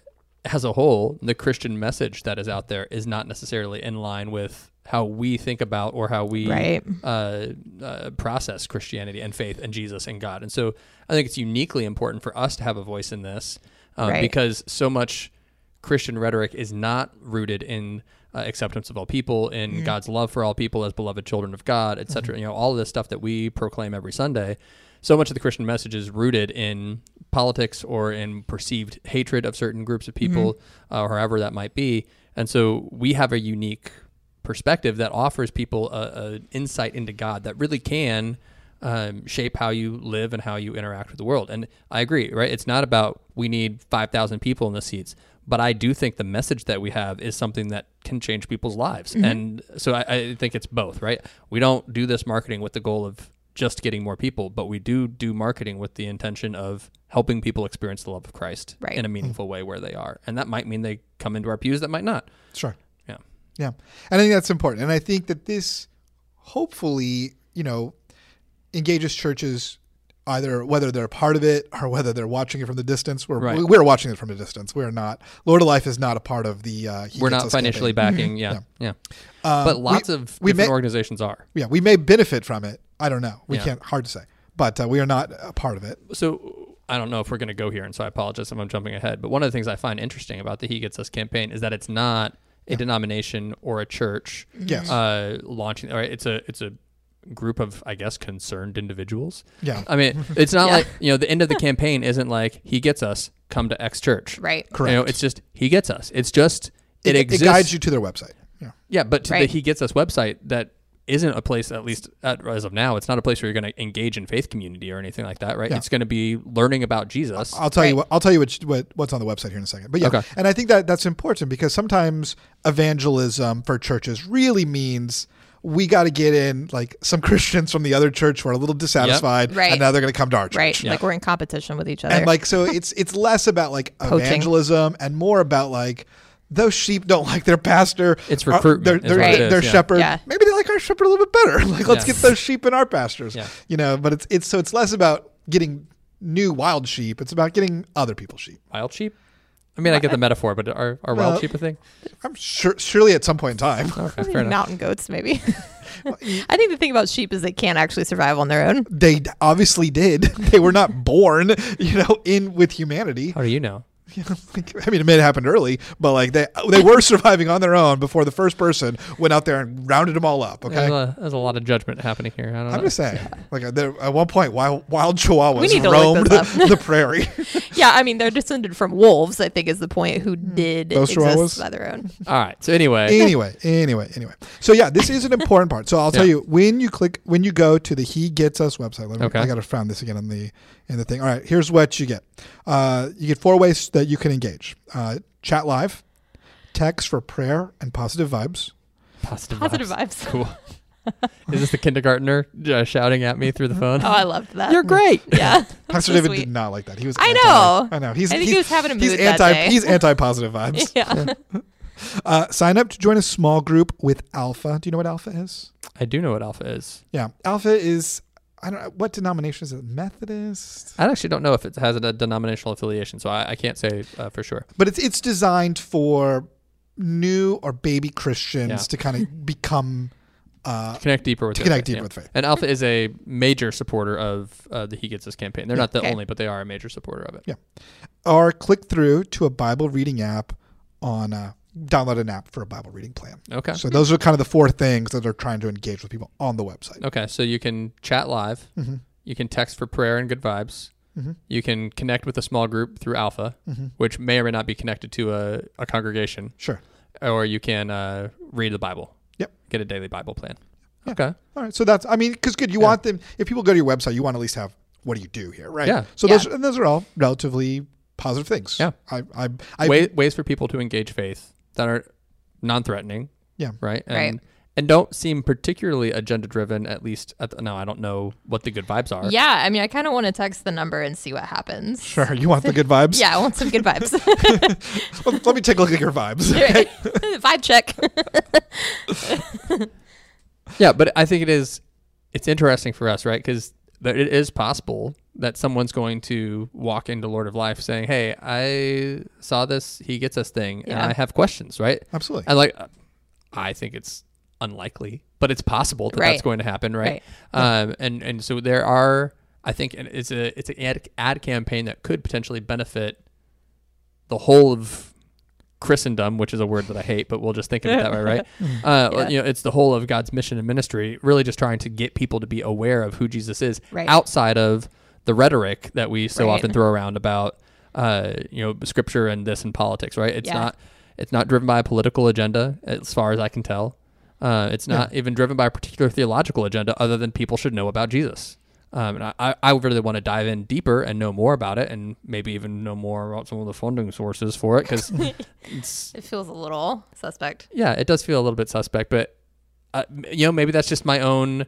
B: as a whole, the Christian message that is out there is not necessarily in line with how we think about or how we
A: Right.
B: uh, uh, process Christianity and faith and Jesus and God. And so I think it's uniquely important for us to have a voice in this um,
A: Right.
B: because so much Christian rhetoric is not rooted in uh, acceptance of all people, in God's love for all people as beloved children of God, etc. cetera. You know, all of this stuff that we proclaim every Sunday. So much of the Christian message is rooted in politics or in perceived hatred of certain groups of people, uh, or however that might be. And so we have a unique perspective that offers people a, a insight into God that really can um, shape how you live and how you interact with the world. And I agree, right? It's not about we need 5,000 people in the seats, but I do think the message that we have is something that can change people's lives. And so I, I think it's both, right? We don't do this marketing with the goal of just getting more people, but we do do marketing with the intention of helping people experience the love of Christ
A: Right.
B: in a meaningful way where they are. And that might mean they come into our pews, that might not.
C: Sure.
B: Yeah.
C: Yeah. And I think that's important. And I think that this hopefully, you know, engages churches either whether they're a part of it or whether they're watching it from the distance. We're,
B: Right.
C: we're watching it from a distance. We're not. Lord of Life is not a part of the. Uh, He
B: We're
C: Gets
B: not
C: Us
B: financially
C: campaign.
B: backing. Yeah. Yeah.
C: Um,
B: but lots
C: we-
B: of
C: we
B: different
C: may-
B: organizations are.
C: Yeah, we may benefit from it. I don't know. We
B: Yeah.
C: can't. Hard to say. But uh, we are not a part of it.
B: so I don't know if we're going to go here, and so I apologize if I'm jumping ahead. But one of the things I find interesting about the He Gets Us campaign is that it's not a denomination or a church
C: Yes.
B: uh, launching. All right, it's a it's a group of I guess concerned individuals.
C: Yeah.
B: I mean, it's not
A: Yeah.
B: like you know the end of the campaign isn't like He Gets Us come to X church.
A: Right.
C: Correct.
B: You know, it's just He Gets Us. It's just it, exists.
C: it guides you to their website. Yeah.
B: Yeah, but to
A: Right.
B: the He Gets Us website that isn't a place, at least at, as of now, it's not a place where you're going to engage in faith community or anything like that, right?
C: Yeah.
B: It's going to be learning about Jesus.
C: I'll tell you
A: Right.
C: what I'll tell you what, what what's on the website here in a second. But yeah,
B: Okay.
C: and I think that that's important because sometimes evangelism for churches really means we got to get in like some Christians from the other church who are a little dissatisfied,
A: Right.
C: and now they're going to come to our church.
A: Right.
B: Yeah.
A: Like we're in competition with each other.
C: And like so, it's it's less about like
A: Poaching.
C: evangelism and more about like those sheep don't like their pastor.
B: It's
C: Uh,
B: recruitment
C: Their,
B: is
C: their,
B: what
A: it
C: their
B: is, yeah.
C: shepherd.
A: Yeah.
C: Maybe they like our shepherd a little bit better. Like let's
B: Yeah.
C: get those sheep in our pastures.
B: Yeah.
C: You know, but it's it's so it's less about getting new wild sheep. It's about getting other people's sheep.
B: wild sheep? I mean, I get the metaphor, but are, are
C: Well-
B: wild sheep a thing?
C: I'm sure, surely at some point in time
B: Okay,
A: Probably
B: fair enough.
A: mountain goats, maybe. I think the thing about sheep is they can't actually survive on their own.
C: they d- obviously did. They were not born, you know, in with humanity.
B: How do you know?
C: You know, like, I mean, it may have happened early, but like they they were surviving on their own before the first person went out there and rounded them all up.
B: There's,
C: Okay,
B: a, there's a lot of judgment happening here. I don't
C: I'm
B: know.
C: just saying. Like uh, there, at one point, wild, wild chihuahuas
A: need to look
C: roamed
A: this
C: the prairie.
A: Yeah, I mean they're descended from wolves. I think is the point. Who
C: Hmm.
A: did
C: Those
A: exist
C: chihuahuas?
A: by their own?
B: All right. So anyway,
C: anyway, anyway, anyway. So yeah, this is an important part. So I'll tell
B: Yeah.
C: you when you click when you go to the He Gets Us website. Let me,
B: Okay.
C: I gotta find this again in the in the thing. All right, here's what you get. Uh, you get four ways that you can engage: uh, chat live, text for prayer and positive vibes.
B: positive,
A: Positive
B: vibes.
A: vibes.
B: Cool. is this the kindergartner uh, shouting at me through the phone?
A: Oh, I loved that.
B: You're great.
A: yeah.
C: Pastor
A: so
C: David
A: sweet.
C: did not like that. He was.
A: I
C: anti-
A: know.
C: I know. He's.
A: I think
C: he's,
A: he was having a
C: he's
A: mood that
C: anti.
A: day.
C: He's anti positive vibes.
A: yeah.
C: Uh, sign up to join a small group with Alpha. Do you know what Alpha is?
B: I do know what alpha is.
C: Yeah, Alpha is I don't know what denomination is it. Methodist.
B: I actually don't know if it has a denominational affiliation, so I, I can't say uh, for sure.
C: but it's it's designed for new or baby Christians
B: Yeah.
C: to kind of become uh,
B: Connect deeper with
C: to
B: the
C: connect
B: other,
C: deeper
B: yeah.
C: with faith.
B: And Alpha is a major supporter of uh, the He Gets His campaign. They're not the
A: Okay.
B: only, but they are a major supporter of it.
C: Or click through to a Bible reading app on uh, download an app for a Bible reading plan.
B: Okay.
C: So those are kind of the four things that are trying to engage with people on the website.
B: Okay. So you can chat live.
C: Mhm.
B: You can text for prayer and good vibes.
C: Mhm.
B: You can connect with a small group through Alpha,
C: Mhm.
B: which may or may not be connected to a, a congregation,
C: Sure.
B: or you can uh, read the Bible.
C: Yep.
B: Get a daily Bible plan.
C: Yeah.
B: Okay.
C: All right. So that's I mean because good you
B: Yeah.
C: want them if people go to your website you want to at least have what do you do here right?
B: Yeah.
C: So
A: Yeah.
C: those and those are all relatively positive things.
B: Yeah.
C: I I, I
B: Way, ways for people to engage faith that are non-threatening.
C: Yeah.
B: Right. And,
A: Right.
B: And don't seem particularly agenda-driven. At least, at the, no, I don't know what the good vibes are.
A: Yeah, I mean, I kind of want to text the number and see what happens.
C: sure you want the good vibes.
A: Yeah, I want some good vibes.
C: Let let me take a look at your vibes.
A: Vibe check.
B: Yeah, but I think it is it's interesting for us, right? Because it is possible that someone's going to walk into Lord of Life saying, "Hey, I saw this. He gets us thing, and
A: Yeah.
B: I have questions." Right?
C: Absolutely.
B: I like. I think it's unlikely, but it's possible that that's
A: Right.
B: going to happen, right? Um, and and so there are. I think and it's a it's an ad, ad campaign that could potentially benefit the whole of Christendom, which is a word that I hate, but we'll just think of it that way, right? Uh,
A: Yeah.
B: You know, it's the whole of God's mission and ministry, really just trying to get people to be aware of who Jesus is
A: Right.
B: outside of the rhetoric that we so
A: Right.
B: often throw around about, uh, you know, scripture and this and politics, right? It's
A: Yeah.
B: not it's not driven by a political agenda, as far as I can tell. Uh, it's not even driven by a particular theological agenda, other than people should know about Jesus. Um, and I- I, I really want to dive in deeper and know more about it, and maybe even know more about some of the funding sources for it, because it's
A: It feels a little suspect.
B: yeah, it does feel a little bit suspect, but uh, m- you know, maybe that's just my own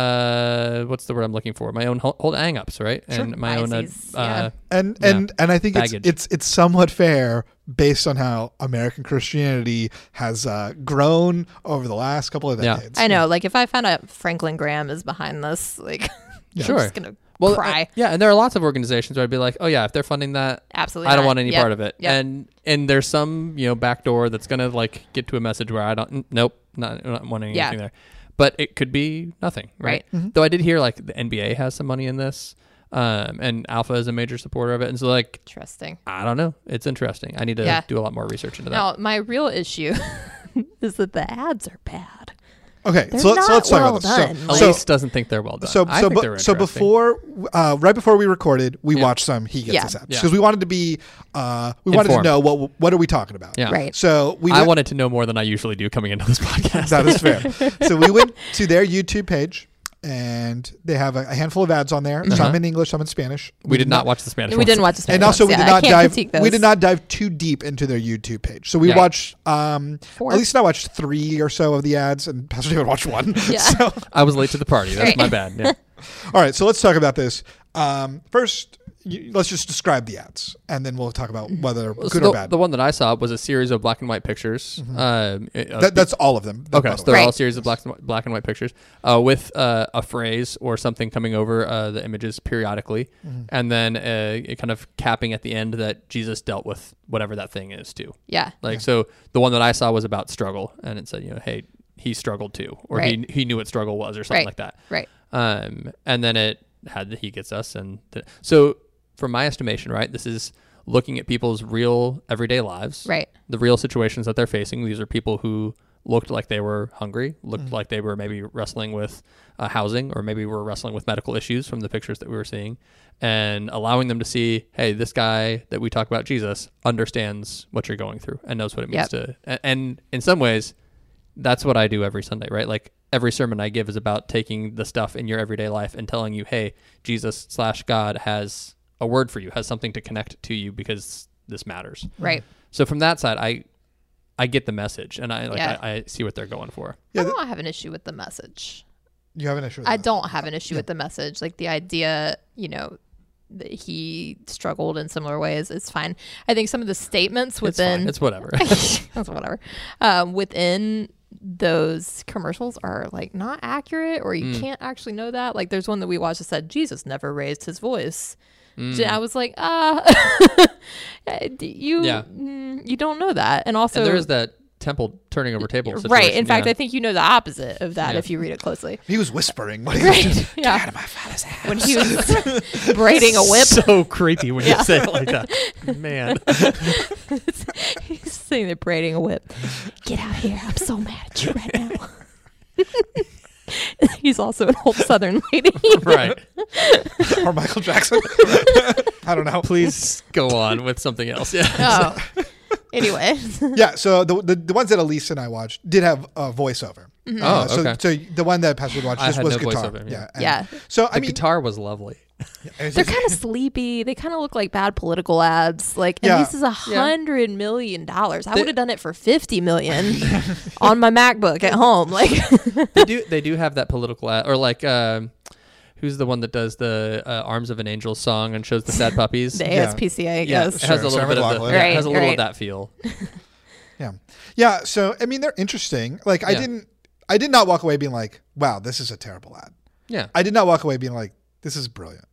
B: uh, what's the word I'm looking for? My own hold, hold hang ups, right? And my
A: Biases,
B: own uh,
A: yeah.
B: uh,
C: and
B: Yeah.
C: and and I think it's,
B: Baggage.
C: it's it's somewhat fair based on how American Christianity has uh, grown over the last couple of
B: Yeah.
C: decades.
A: I know. Like, if I found out Franklin Graham is behind this, like,
B: Sure.
A: I'm just gonna
B: well,
A: cry.
B: uh, yeah, and there are lots of organizations where I'd be like, oh yeah, if they're funding that,
A: Absolutely.
B: I don't want any part of it.
A: Yep.
B: And and there's some you know back door that's gonna like get to a message where I don't n- nope not, not wanting
A: Yeah. Mm-hmm.
B: anything there, but it could be nothing, right? Though I did hear like the NBA has some money in this, um, and Alpha is a major supporter of it, and so like
A: Interesting.
B: I don't know, it's interesting. I need to
A: Yeah.
B: do a lot more research into that.
A: Now, my real issue is that the ads are bad.
C: Okay,
A: They're
C: so, so
A: not
C: let's talk
A: well
C: about this. So-
A: done, like-
C: So,
B: Elise doesn't think they're well done.
C: so
B: I
C: so,
B: think
C: bu-
B: they're
C: so
B: interesting.
C: before uh, right before we recorded, we
B: Yeah.
C: watched some. He gets
A: Yeah.
C: us out
B: Yeah.
C: because we wanted to be uh, we wanted
B: Informed.
C: to know what what are we talking about.
B: yeah,
A: Right.
C: So we
B: I
C: went,
B: wanted to know more than I usually do coming into this podcast.
C: that is fair. so we went to their YouTube page. And they have a a handful of ads on there, some in English, some in Spanish.
B: Mm-hmm. we did not watch the Spanish.
A: we
B: ones.
A: didn't watch the
C: and
A: Spanish
C: also we
A: ones. Yeah,
C: did
A: I
C: not
A: can't
C: dive
A: critique those.
C: we did not dive too deep into their YouTube page. So we
B: Yeah.
C: watched um
A: Four.
C: at least I watched three or so of the ads and Pastor David watched one.
A: Yeah.
C: So
B: I was late to the party. That's
A: Right.
B: my bad. Yeah.
C: all right, so let's talk about this. Um first you, let's just describe the ads and then we'll talk about
A: Mm-hmm.
C: whether
B: Well, so
C: good
B: the,
C: or bad. Mm-hmm.
B: the one that I saw was a series of black and white pictures. Um, it- uh,
C: that, that's all of them.
B: okay,
C: by the
B: so they're
C: way.
B: all
A: Right.
B: series of black and, whi- black and white pictures uh, with uh, a phrase or something coming over uh, the images periodically,
C: Mm-hmm.
B: and then uh, it kind of capping at the end that Jesus dealt with whatever that thing is too.
A: Yeah.
B: Like so, the one that I saw was about struggle, and it said, you know, hey, he struggled too, or
A: Right.
B: he he knew what struggle was, or something
A: Right.
B: like that.
A: Right.
B: Um, and then it had the he gets us, and the, so from my estimation, right, this is looking at people's real everyday lives,
A: Right.
B: the real situations that they're facing. These are people who looked like they were hungry, looked like they were maybe wrestling with uh, housing or maybe were wrestling with medical issues from the pictures that we were seeing, and allowing them to see, hey, this guy that we talk about, Jesus, understands what you're going through and knows what it means
A: Yep.
B: to. And, and in some ways, that's what I do every Sunday, right? Like every sermon I give is about taking the stuff in your everyday life and telling you, hey, Jesus slash God has a word for you, has something to connect to you because this matters.
A: Right.
B: So from that side, I I get the message and I like
A: Yeah.
B: I, I see what they're going for.
C: Yeah,
A: I don't have an issue with the message.
C: you have an issue with
A: I
C: that.
A: don't have an issue with the message. Like the idea, you know, that he struggled in similar ways is fine. I think some of the statements
B: It's fine.
A: within
B: It's whatever.
A: that's whatever. Um, within those commercials are like not accurate or you
B: Mm.
A: can't actually know that. Like there's one that we watched that said Jesus never raised his voice. J-
B: Mm.
A: I was like, ah, uh, d- you
B: Yeah.
A: mm, you don't know that. And also
B: and there is that temple turning over table situation.
A: right. In fact,
B: yeah.
A: I think you know the opposite of that
B: Yeah.
A: if you read it closely.
C: He was whispering. What he was just-
A: Right. Yeah.
C: my father's house.
A: When he was braiding a whip,
B: So creepy when
A: Yeah.
B: you say it like that. Man.
A: he's sitting there braiding a whip. Get out of here. I'm so mad at you right now. he's also an old southern lady.
B: right.
C: or Michael Jackson. I don't know.
B: Please go on with something else. Yeah.
A: oh. Anyway.
C: Yeah, so the, the the ones that Elise and I watched did have a voiceover.
A: Mm-hmm.
C: Uh, so,
B: okay.
C: so the one that Pastor watched
B: I
C: just
B: had
C: was
B: no
C: guitar.
B: voiceover,
C: yeah.
B: yeah.
C: and-
A: Yeah.
C: So
B: The
C: I mean,
B: guitar was lovely.
C: it was
A: They're
C: just-
A: kind of sleepy. They kind of look like bad political ads. Like,
C: Yeah.
A: and this is a hundred million dollars. I
B: They-
A: would have done it for fifty million on my MacBook at home. Like,
B: they do they do have that political ad, or like um who's the one that does the uh, arms of an angel song and shows the sad puppies
A: the
C: Yeah.
A: ASPCA, I
B: yeah,
A: guess.
B: it has
C: Sure,
B: a little
C: Sarah
B: bit of the,
C: McLachlan.
B: yeah, it has
A: Right,
B: a little
A: right.
B: of that feel
C: yeah, yeah. So I mean, they're interesting. Like I
B: Yeah.
C: didn't, I did not walk away being like, wow, this is a terrible ad.
B: yeah
C: I did not walk away being like, this is brilliant.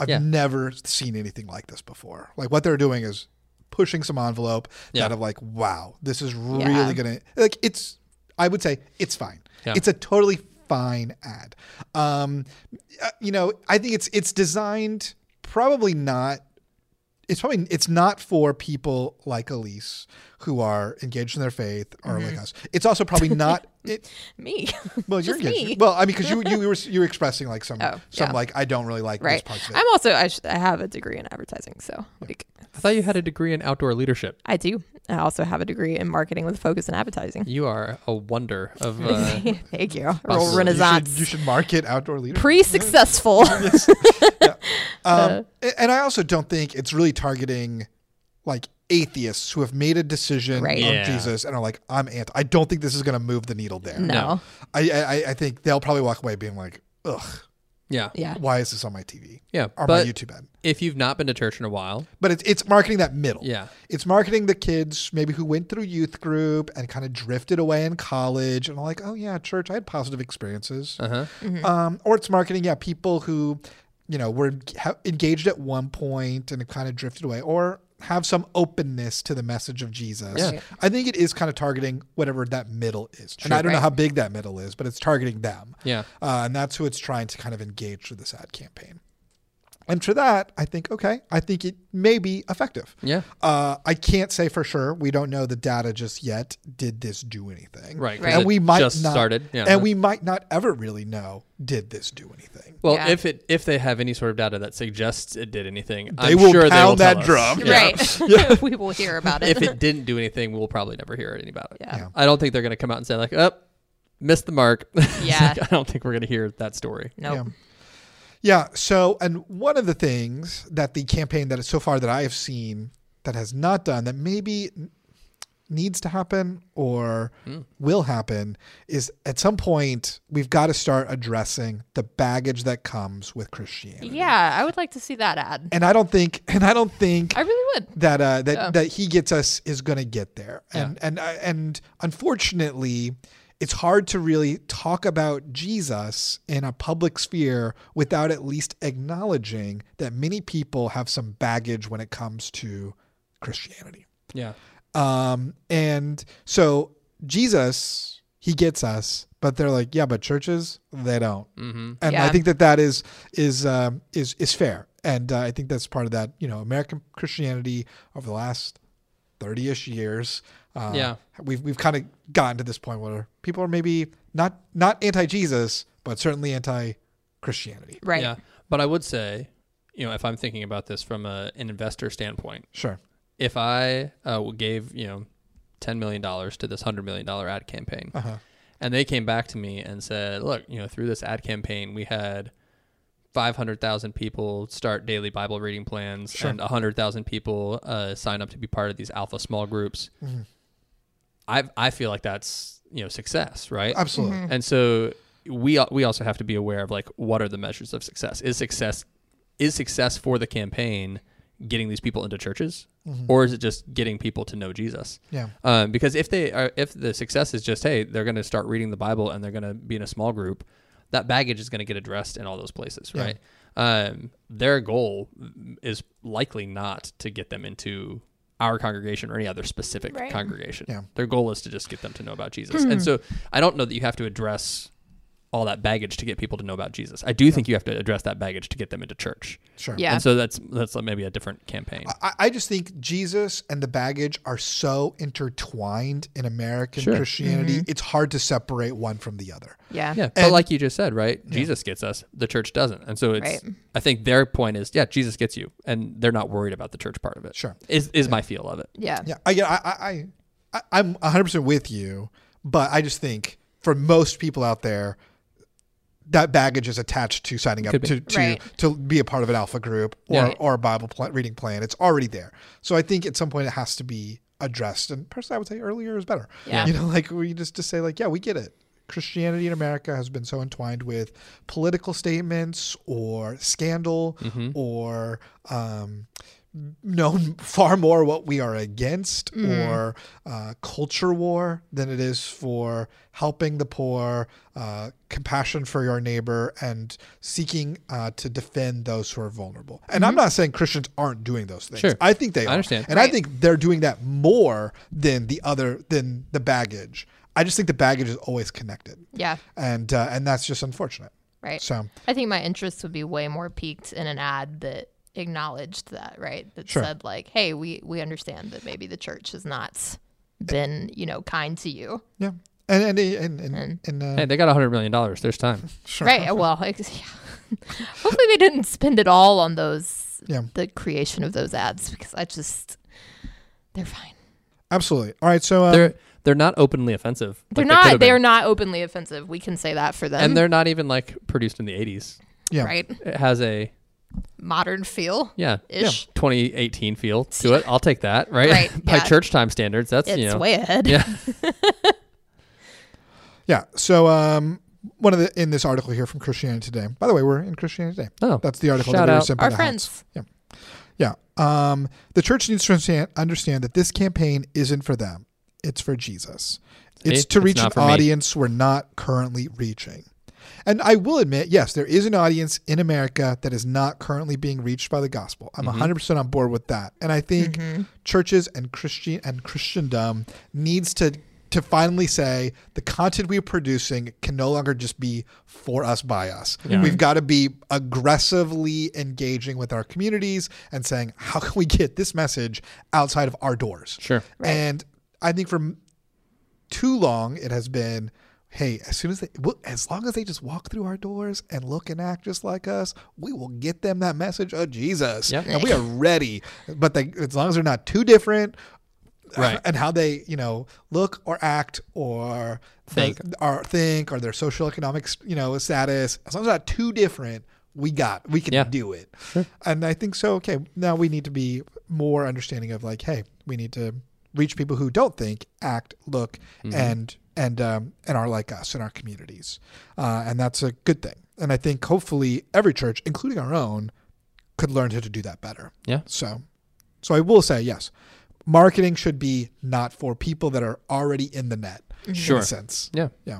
C: I've
B: Yeah.
C: never seen anything like this before. Like what they're doing is pushing some envelope
B: Yeah.
C: that of like, wow, this is really
A: Yeah.
C: gonna like it's I would say it's fine.
B: Yeah.
C: It's a totally fine ad. Um uh, you know, I think it's it's designed probably not it's probably it's not for people like Elise who are engaged in their faith or
B: Mm-hmm.
C: like us. It's also probably not it,
A: Me.
C: well, you're
A: Just
C: engaged.
A: me.
C: Well, I mean, because you you were you were expressing like some
A: Oh,
C: some
A: yeah.
C: like I don't really like this
A: right.
C: part of it.
A: I'm also I, sh- I have a degree in advertising, so like
B: i thought you had a degree in outdoor leadership
A: I do. I also have a degree in marketing with a focus in advertising.
B: you are a wonder of uh,
A: Thank you.
B: possible. You
A: Real
B: should-
A: renaissance.
C: You should, you should market outdoor leader.
A: Pre-successful. Uh.
C: um, a- and I also don't think it's really targeting like atheists who have made a decision
A: Right.
C: on
B: Yeah.
C: Jesus and are like, I'm anti. I don't think this is going to move the needle there.
A: no.
B: No.
C: I, I I think they'll probably walk away being like, ugh,
B: yeah
A: Yeah.
C: why is this on my TV
B: yeah
C: or
B: but
C: my YouTube ad?
B: if you've not been to church in a while
C: But it's it's marketing that middle.
B: yeah
C: It's marketing the kids maybe who went through youth group and kind of drifted away in college and are like, oh yeah, church, I had positive experiences.
B: uh-huh
C: Um, or it's marketing, yeah, people who, you know, were ha- engaged at one point and have kind of drifted away or have some openness to the message of Jesus.
B: Yeah. Right.
C: I think it is kind of targeting whatever that middle is. and I don't know how big that middle is, but it's targeting them.
B: yeah
C: Uh, and that's who it's trying to kind of engage through this ad campaign. And for that, I think, okay, I think it may be effective.
B: yeah
C: Uh, I can't say for sure. We don't know the data just yet. Did this do anything?
B: right 'cause
A: Right.
C: And
B: it
C: we might
B: just
C: not,
B: started yeah
C: and we might not ever really know. Did this do anything?
B: well,
A: Yeah.
B: if it if they have any sort of data that suggests it did anything,
C: They
B: I'm
C: will
B: sure they will
C: pound that
B: tell us.
C: drum.
B: Yeah.
A: Right. we will hear about it.
B: if it didn't do anything, we'll probably never hear any about it.
A: Yeah.
B: I don't think they're going to come out and say like, "Up, missed the mark." It's
A: Yeah.
B: like, I don't think we're going to hear that story.
A: No.
C: Yeah. Yeah. So, and one of the things that the campaign that is so far that I have seen that has not done that maybe needs to happen or
B: Hmm.
C: will happen is at some point we've got to start addressing the baggage that comes with Christianity.
A: Yeah, I would like to see that ad.
C: And I don't think, and I don't think
A: I really would.
C: that uh, that
A: Yeah.
C: that he gets us is going to get there, and and uh, and unfortunately, it's hard to really talk about Jesus in a public sphere without at least acknowledging that many people have some baggage when it comes to Christianity.
B: Yeah.
C: Um, and so Jesus, he gets us, but they're like, yeah, but churches, they don't
B: Mm-hmm.
C: and I
A: Yeah.
C: think that that is is um, is is fair, and uh, I think that's part of that. You know, American Christianity over the last thirty-ish years, uh,
B: Yeah.
C: we've we've kind of gotten to this point where people are maybe not not anti-Jesus, but certainly anti-Christianity.
A: Right.
B: Yeah. But I would say, you know, if I'm thinking about this from a, an investor standpoint,
C: Sure.
B: if I uh, gave you know ten million dollars to this hundred million dollar ad campaign,
C: Uh-huh.
B: and they came back to me and said, "Look, you know, through this ad campaign, we had." 500,000 people start daily Bible reading plans
C: Sure.
B: and 100,000 people uh, sign up to be part of these alpha small groups.
C: Mm-hmm.
B: I I feel like that's, you know, success, right?
C: Absolutely.
A: Mm-hmm.
B: And so we al- we also have to be aware of like what are the measures of success? Is success is success for the campaign getting these people into churches, Mm-hmm. or is it just getting people to know Jesus?
C: Mm-hmm. Yeah.
B: Um, because if they are, if the success is just hey, they're going to start reading the Bible and they're going to be in a small group, that baggage is going to get addressed in all those places,
C: Yeah.
B: right? Um, their goal is likely not to get them into our congregation or any other specific
A: Right. Hmm.
B: congregation.
C: Yeah.
B: Their goal is to just get them to know about Jesus, and so I don't know that you have to address all that baggage to get people to know about Jesus. I do think you have to address that baggage to get them into church.
C: Sure.
A: Yeah.
B: And so that's that's like maybe a different campaign.
C: I, I just think Jesus and the baggage are so intertwined in American
B: Sure. Mm-hmm.
C: Christianity. It's hard to separate one from the other.
A: Yeah.
B: yeah, but like you just said, right? Jesus gets us, the church doesn't. And so it's
A: Right.
B: I think their point is, yeah, Jesus gets you and they're not worried about the church part of it.
C: Sure.
B: Is is my feel of it.
A: Yeah.
C: Yeah, I get. I, I, I- I, I'm 100 percent with you, but I just think for most people out there, that baggage is attached to signing up
B: Could be.
C: to to,
A: Right.
C: to be a part of an alpha group or
B: Yeah.
C: or a Bible pl- reading plan. It's already there, so I think at some point it has to be addressed. And personally, I would say earlier is better.
A: Yeah.
C: you know, like we just to say like, yeah, we get it. Christianity in America has been so entwined with political statements or scandal
B: Mm-hmm.
C: or um, known far more what we are against or uh, culture war than it is for helping the poor, uh, compassion for your neighbor, and seeking uh, to defend those who are vulnerable. And I'm not saying Christians aren't doing those things.
B: Sure.
C: I think they are.
B: understand.
C: And I
A: Right.
C: think they're doing that more than the other than the baggage. I just think the baggage is always connected,
A: Yeah.
C: and uh, and that's just unfortunate.
A: Right.
C: So
A: I think my interest would be way more peaked in an ad that acknowledged that, right? That
C: Sure.
A: said like, "Hey, we we understand that maybe the church has not been, you know, kind to you."
C: yeah, and and and and, and, uh,
B: Hey, they got a hundred million dollars. There's time.
C: sure.
A: Right. Well, I- yeah. hopefully they didn't spend it all on those
C: Yeah.
A: the creation of those ads because I just they're fine.
C: Absolutely. All right. So um,
B: They're they're not openly offensive.
A: They're
B: like they
A: not
B: could've
A: they are
B: been.
A: not openly offensive. We can say that for them.
B: and they're not even like produced in the eighties.
C: yeah.
A: right.
B: It has a
A: Modern feel.
B: yeah,
A: Ish.
B: 2018 feel to it. I'll take that, right?
A: Right,
B: By
A: yeah.
B: church time standards, that's
A: It's
B: you know
A: way ahead.
B: Yeah.
C: Yeah. So um, one of the in this article here from Christianity Today. By the way, we're in Christianity Today.
B: Oh,
C: That's the article
B: Shout
C: that we were
B: out.
C: sent by
A: Our
C: the
A: friends.
C: Hounds. Yeah. Um, the church needs to understand- understand that this campaign isn't for them. It's for Jesus. It's
B: See?
C: to
B: It's
C: reach
B: not
C: an
B: for me.
C: audience we're not currently reaching. And I will admit, yes, there is an audience in America that is not currently being reached by the gospel. I'm 100% on board with that. And I think churches and Christian and Christendom needs to to finally say the content we're producing can no longer just be for us by us. We've got to be aggressively engaging with our communities and saying, how can we get this message outside of our doors?
B: sure.
C: And I think for too long it has been hey as soon as they well, as long as they just walk through our doors and look and act just like us we will get them that message of jesus
B: Yep.
C: and we are ready but they, as long as they're not too different
B: Right.
C: and how they you know look or act or
B: Think.
C: the- or think or their social economic you know status as long as they're not too different we got we can
B: Yeah.
C: do it and i think so okay now we need to be more understanding of like hey we need to reach people who don't think act look
B: Mm-hmm.
C: and and um, and are like us in our communities uh, and that's a good thing and i think hopefully every church including our own could learn how to do that better
B: Yeah.
C: so so I will say yes. Marketing should be not for people that are already in the net.
B: Mm-hmm. Sure.
C: In a sense.
B: Yeah.
C: Yeah.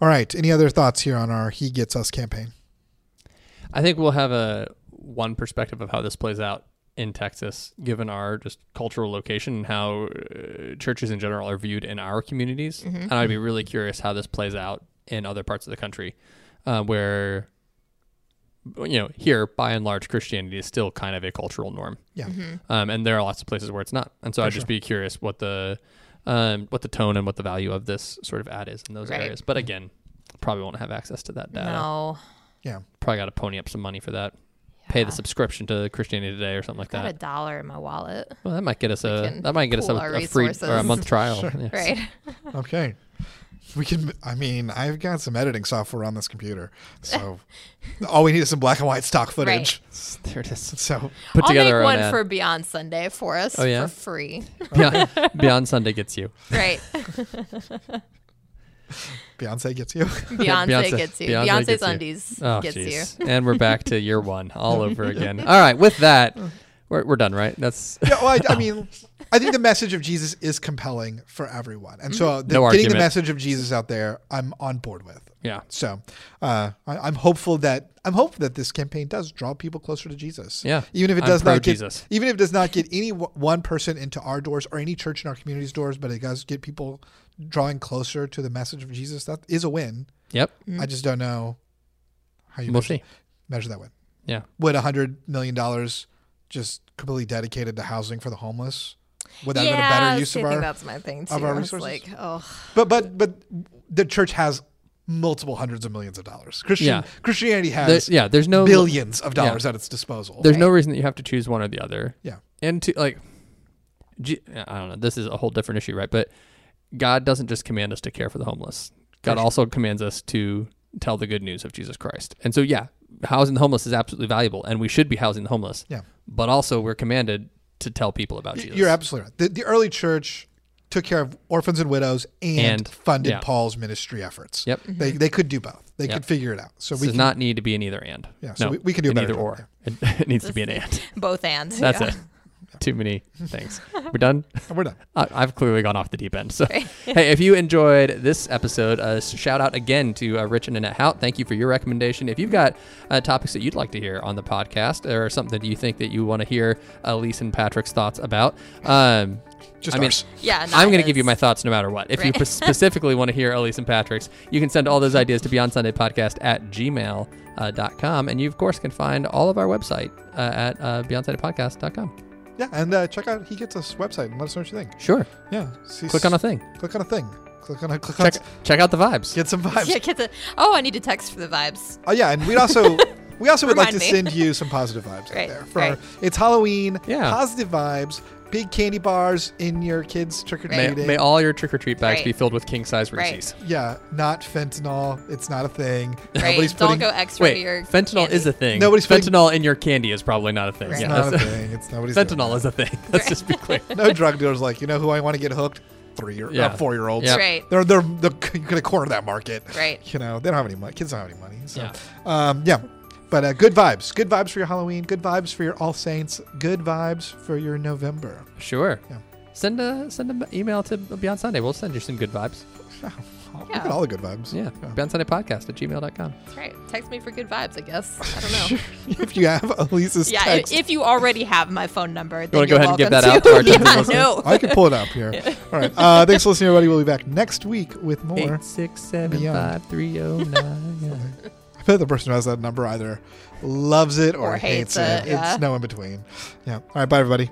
C: All right. Any other thoughts here on our He Gets Us campaign?
B: I think we'll have a one perspective of how this plays out in Texas, given our just cultural location and how uh, churches in general are viewed in our communities.
A: Mm-hmm.
B: And I'd be really curious how this plays out in other parts of the country, uh, where you know here by and large Christianity is still kind of a cultural norm,
C: Yeah.
A: Mm-hmm.
B: um, and there are lots of places where it's not. And so I'd just be curious what the um, what the tone and what the value of this sort of ad is in those
A: Right.
B: areas. But again, probably won't have access to that data
A: No.
C: Yeah.
B: probably got to pony up some money for that. Pay the
A: Yeah.
B: subscription to Christianity Today or something like
A: Got a
B: that.
A: dollar in my wallet.
B: Well, that might get us a
A: can
B: that might get us a,
A: pool our
B: a free or a
A: resources.
B: month trial. Yeah.
A: Right.
C: Okay. We can. I mean, I've got some editing software on this computer, so all we need is some black and white stock footage.
B: There it is.
C: So
B: Put
A: I'll
B: together
A: make
B: our
A: one
B: own ad.
A: for Beyond Sunday for us
B: Oh, yeah?
A: for free.
B: Beyond, Beyond Sunday gets you.
A: Right.
C: Beyonce gets you.
A: Beyonce,
B: Beyonce-
A: gets you.
B: Beyonce
A: Beyonce's
B: gets you.
A: undies
B: Oh,
A: gets
B: jeez. and we're back to year one all over again. All right, with that, we're, we're done, right? That's
C: yeah, well, I, I mean, I think the message of Jesus is compelling for everyone, and so uh,
B: Mm-hmm.
C: the,
B: No
C: getting the
B: argument.
C: message of Jesus out there, I'm on board with.
B: yeah.
C: So uh, I, I'm hopeful that I'm hopeful that this campaign does draw people closer to Jesus.
B: Yeah.
C: even if it
B: I'm
C: does not get
B: pro-Jesus.
C: even if it does not get any w- one person into our doors or any church in our community's doors, but it does get people drawing closer to the message of Jesus. That is a win.
B: Yep.
C: I just don't know how you
B: Mm. We'll
C: measure,
B: see.
C: measure that win.
B: Yeah.
C: Would a hundred million dollars just completely dedicated to housing for the homeless? Would that
A: you.
C: have been a better use of
A: I think
C: our?
A: that's my thing too.
C: of our
A: I was
C: resources?
A: Like, oh,
C: But but but the church has multiple hundreds of millions of dollars. Christian
B: Yeah.
C: Christianity has
B: There's, yeah. There's no
C: billions of dollars at its disposal.
B: There's no reason that you have to choose one or the other.
C: Yeah.
B: And to like, G- I don't know. This is a whole different issue, right? But God doesn't just command us to care for the homeless. God
C: Sure.
B: also commands us to tell the good news of Jesus Christ. And so, yeah, housing the homeless is absolutely valuable, and we should be housing the homeless.
C: Yeah.
B: But also, we're commanded to tell people about
C: Y-
B: Jesus.
C: You're absolutely right. The, the early church took care of orphans and widows and,
B: And-
C: funded
B: yeah.
C: Paul's ministry efforts.
B: Yep.
A: Mm-hmm.
C: They, they could do both. They
B: Yeah.
C: could figure it out. So
B: This
C: we
B: does
C: can,
B: not need to be an either and.
C: Yeah, so
B: no,
C: we- we can do a
B: an
C: better
B: either
C: job,
B: or. It, it needs to be an and.
A: both and.
B: That's
A: yeah.
B: it. Too many things. We're done.
C: we're done.
B: I- I've clearly gone off the deep end. So, hey, if you enjoyed this episode, uh, shout out again to uh, Rich and Annette Hout. Thank you for your recommendation. If you've got uh, topics that you'd like to hear on the podcast or something that you think that you want to hear Elise and Patrick's thoughts about, um,
C: Just
B: I mean,
C: ours.
A: Yeah, not
B: I'm going to
A: his.
B: give you my thoughts no matter what. If you
A: Right.
B: specifically want to hear Elise and Patrick's, you can send all those ideas to BeyondSundayPodcast at gmail.com. Uh, dot com. and you, of course, can find all of our website uh, at uh, BeyondSundayPodcast.com.
C: Yeah, and uh, check out He Gets Us website and let us know what you think.
B: Sure.
C: Yeah. See-
B: Click on a thing.
C: click on a thing. Click on a click
B: Check,
C: on
B: check out the vibes.
C: get some vibes.
A: Yeah, get the, oh, I need to text for the vibes.
C: Oh yeah, and we'd also we also would like to
A: Remind me.
C: send you some positive vibes
A: Right,
C: out there. For
A: right.
C: it's Halloween.
B: Yeah.
C: Positive vibes. Big candy bars in your kids trick or
B: May,
C: treating.
B: may all your trick or treat bags
A: Right.
B: be filled with king size
A: Right.
B: Reese's.
C: Yeah, not fentanyl. It's not a thing.
A: Right?
C: Nobody's
A: Don't
C: putting.
A: go extra
B: Wait,
A: to your
B: fentanyl
A: candy.
B: is a thing.
C: Nobody's putting-
B: fentanyl in your candy is probably not a thing.
A: Right.
C: it's
B: Yeah,
C: not a
B: that's-
C: thing. It's nobody's.
B: fentanyl
C: doing
B: is a thing. Let's just be clear.
C: that. No drug dealers like you know who I want to get hooked. Three year,
B: Yeah.
C: uh, four year olds.
B: Yeah.
A: Right.
C: They're they're the you could corner that market.
A: Right.
C: You know they don't have any money. Kids don't have any money. So,
B: Yeah.
C: um, yeah. But uh, good vibes. Good vibes for your Halloween. Good vibes for your All Saints. Good vibes for your November.
B: Sure.
C: Yeah.
B: Send a send an email to Beyond Sunday. We'll send you some good vibes.
C: Look
A: Yeah.
C: at all the good vibes.
B: Yeah. Beyond Sunday Podcast at gmail.com.
A: That's right. Text me for good vibes, I guess. I don't know.
C: if you have Elisa's
A: yeah, i-
C: text,
A: if you already have my phone number, then
B: wanna go
A: you're
B: ahead and give
A: welcome
B: that out
A: to.
B: to our
A: yeah,
B: listeners?
A: no.
C: I can pull it up here. All right. Uh, thanks for listening, everybody. We'll be back next week with more.
B: Eight six seven
C: Beyond.
B: five three oh nine.
C: I bet the person who has that number either loves it or,
A: Or hates
C: hates, it.
A: it, yeah.
C: It's no in between. Yeah. All right. Bye, everybody.